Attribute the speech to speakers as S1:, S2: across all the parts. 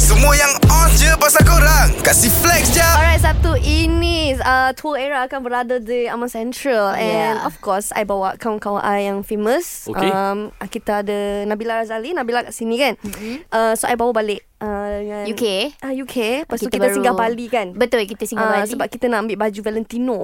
S1: Semua yang on je pasal korang Kasih flex jap
S2: Alright, Sabtu ini uh, Tour Era akan berada di Aman Central And
S3: Yeah.
S2: of course, I bawa kawan-kawan I yang famous
S4: Okay.
S2: um, Kita ada Nabila Razali Nabila kat sini kan mm-hmm. uh, So, I bawa balik uh, dengan
S3: UK.
S2: uh, UK Lepas tu kita singgah Bali kan
S3: eh? Betul kita singgah
S2: Ah,
S3: Bali.
S2: Sebab kita nak ambil baju Valentino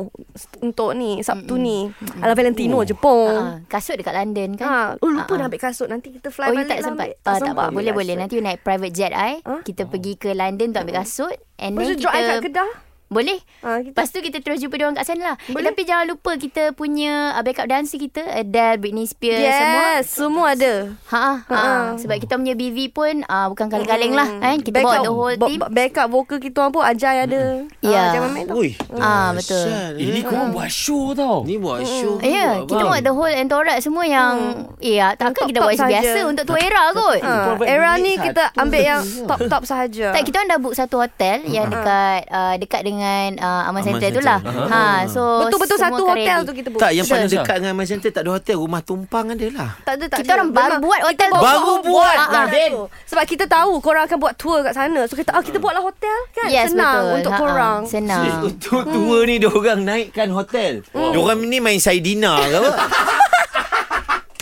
S2: Untuk ni, Sabtu mm-hmm. ni Ala Valentino je pong
S3: Ah, kasut dekat London kan.
S2: Ha, oh, lupa
S3: Ah,
S2: nak ambil kasut Nanti kita fly
S3: Oh you
S2: balik
S3: tak
S2: lah
S3: sempat
S2: ambil.
S3: Ah, Tak apa
S2: ambil
S3: Boleh boleh
S2: kasut.
S3: Nanti you naik private jet I
S2: Ah?
S3: Kita pergi ke London Untuk ambil kasut And
S2: Lepas
S3: then
S2: tu drop I kat
S3: kita
S2: Kedah
S3: Boleh
S2: Ah, kita-
S3: Lepas tu kita terus jumpa diorang kat sana lah eh,
S2: Boleh.
S3: Tapi jangan lupa Kita punya uh, Backup dancer kita Adele Britney Spears Semua
S2: Yes, semua ada
S3: Ha, ha,
S2: Ha-ha. Hmm.
S3: sebab kita punya BV pun uh, bukan kaleng-kaleng lah kan kita
S2: Backup-
S3: bawa the whole
S2: bo-
S3: team.
S2: bo- Backup vokal kita orang pun Ajay ada
S3: Ya.
S2: Ah, Jangan main tau
S5: Hmm. Ui
S3: Ah, betul.
S5: dahsyat,
S4: Eh, ni
S5: eh.
S4: korang buat show tau.
S5: Ni buat show
S3: Ya, yeah,
S5: ke buat,
S3: kita
S5: bang?
S3: buat the whole entourage semua yang ya, takkan kita
S2: Hmm. top-top
S3: buat
S2: saja.
S3: biasa untuk tu era kot.
S2: Ah,
S4: Private
S2: Era
S4: bilik
S2: ni
S4: satu
S2: kita ambil
S4: je.
S2: yang top-top sahaja
S4: Ah.
S3: Tak kita orang dah book satu hotel
S4: Hmm.
S3: yang dekat uh, dekat dengan uh, Aman
S5: Aman
S3: Center tu
S5: Center.
S3: lah. Ha,
S5: Ah.
S3: so
S2: Betul-betul
S3: semua
S2: satu
S3: akan
S2: hotel
S3: ready.
S2: tu kita book
S5: Tak yang
S4: Betul,
S5: paling
S4: Zah.
S5: dekat dengan Aman Center Tak ada hotel Rumah tumpang ada lah
S2: tak ada, tak
S3: Kita
S2: ada.
S3: orang baru Ha,
S2: Memang
S3: buat hotel tu.
S5: Baru buat,
S2: Ah, ah,
S5: Radin.
S2: tu. Sebab kita tahu korang akan buat tour kat sana So kita, ah,
S5: Hmm.
S2: kita buatlah hotel kan
S3: Yes,
S2: Senang
S3: betul.
S2: untuk
S3: Ha, ha.
S2: korang
S3: Senang.
S5: Untuk tua ni Diorang naikkan hotel Diorang ni main Saidina ke apa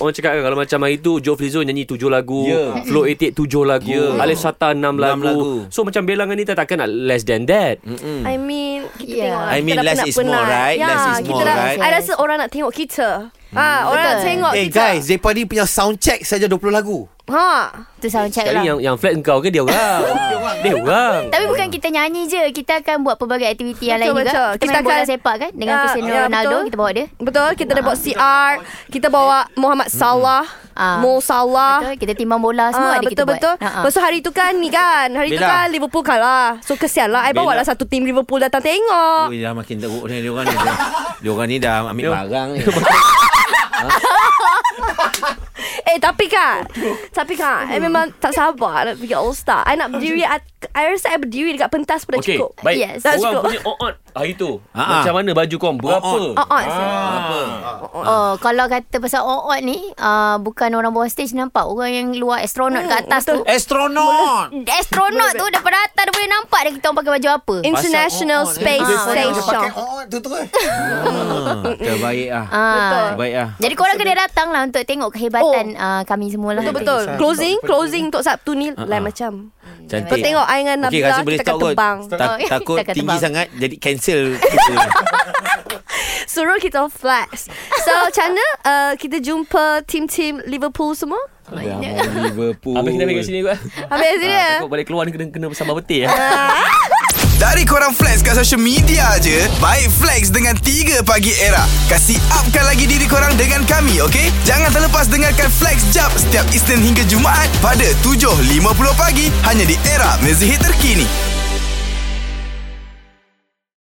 S4: Orang cakap kan, kalau macam hari tu Joe Flizzo nyanyi tujuh lagu
S5: Ya.
S4: yeah. Flow 88 tujuh lagu
S5: Ya.
S4: yeah. Alif Sata
S5: Enam
S4: enam lagu.
S5: lagu. Hmm.
S4: lagu So macam belangan ni tak takkan nak less than that Mm-mm.
S2: I mean kita
S3: Yeah.
S2: tengok lah,
S5: I
S2: kita
S5: mean,
S2: dah
S5: less
S2: penat-
S5: is more,
S2: penat.
S5: right?
S2: Ya,
S5: Less is
S2: kita
S5: more,
S2: dah,
S5: right? Hmm.
S2: I rasa orang nak tengok kita ha, Orang nak
S3: Betul.
S2: tengok
S6: Eh hey,
S2: kita
S6: guys, mereka ni punya sound check saja 20 lagu.
S2: ha.
S3: Tu sound check
S4: Sekali
S3: lah.
S4: yang, yang flat kau ke dia orang Dia orang
S3: Tapi bukan kita nyanyi je Kita akan buat pelbagai aktiviti yang lain
S2: Betul,
S3: juga
S2: betul.
S3: Kita,
S2: Kita
S3: main bola
S2: akan-
S3: sepak kan Dengan
S2: Ya,
S3: Cristiano
S2: ya,
S3: Ronaldo
S2: betul.
S3: Kita bawa dia
S2: Betul kita dah bawa CR Kita bawa Muhammad Salah
S3: Ah.
S2: Mo Salah
S3: Betul, Kita timbang bola
S2: Ah,
S3: semua ada
S2: betul
S3: kita
S2: betul.
S3: buat Ha, Ha-ha.
S2: Lepas tu hari tu kan ni kan. Hari tu
S5: Bella.
S2: kan Liverpool kalah. So kesian lah. I bawa lah satu tim Liverpool datang tengok.
S5: Ui dah makin teruk ni Diorang ni Diorang- Diorang ni dah ambil barang ni
S2: Eh tapi kan. tapi kan. I memang tak sabar nak pergi All Star. I nak berdiri. I, I rasa I berdiri dekat pentas pun dah
S4: Okay
S2: cukup.
S4: baik
S3: Yes.
S2: Dah cukup.
S4: Orang punya on-on hari tu
S5: Ha-ha.
S4: Macam mana baju korang berapa
S5: On-on.
S2: Oh, oh, ah.
S3: Oh, kalau kata pasal on ni, uh, bukan orang bawah stage nampak. Orang yang luar astronot
S2: Hmm,
S3: kat atas tu.
S5: Astronaut
S3: Astronot tu daripada atas dia boleh nampak dah kita orang pakai baju apa.
S2: International Space
S3: Ah,
S6: Dia
S2: Station.
S6: pakai on tu terus.
S5: Ah, Terbaik ah
S3: Ah.
S5: Terbaik ah
S3: Jadi korang kena datang lah untuk tengok kehebatan oh. uh, kami semua lah.
S2: Betul betul. Closing, closing untuk Sabtu ni lain macam.
S5: Cantik
S2: Kau tengok I dengan
S5: Okey,
S2: Nabila
S5: rasa boleh
S2: kita akan
S5: stop kot.
S2: terbang.
S5: Tak-
S3: Oh,
S5: Takut
S3: kita akan
S5: tinggi
S3: terbang.
S5: sangat Jadi cancel kita.
S2: Suruh kita flex. So macam mana uh, kita jumpa tim-tim Liverpool semua?
S5: Dah mau Liverpool
S4: Habis kita ambil kat sini kot
S2: Habis ya? dia.
S4: Ah, Takut balik keluar ni kena, kena sabar betul ya.
S1: Dari korang flex kat social media je Baik flex dengan 3 pagi era Kasih upkan lagi diri korang dengan kami okay? Jangan terlepas dengarkan flex jap Setiap Isnin hingga Jumaat Pada 7.50 pagi Hanya di era mezihit terkini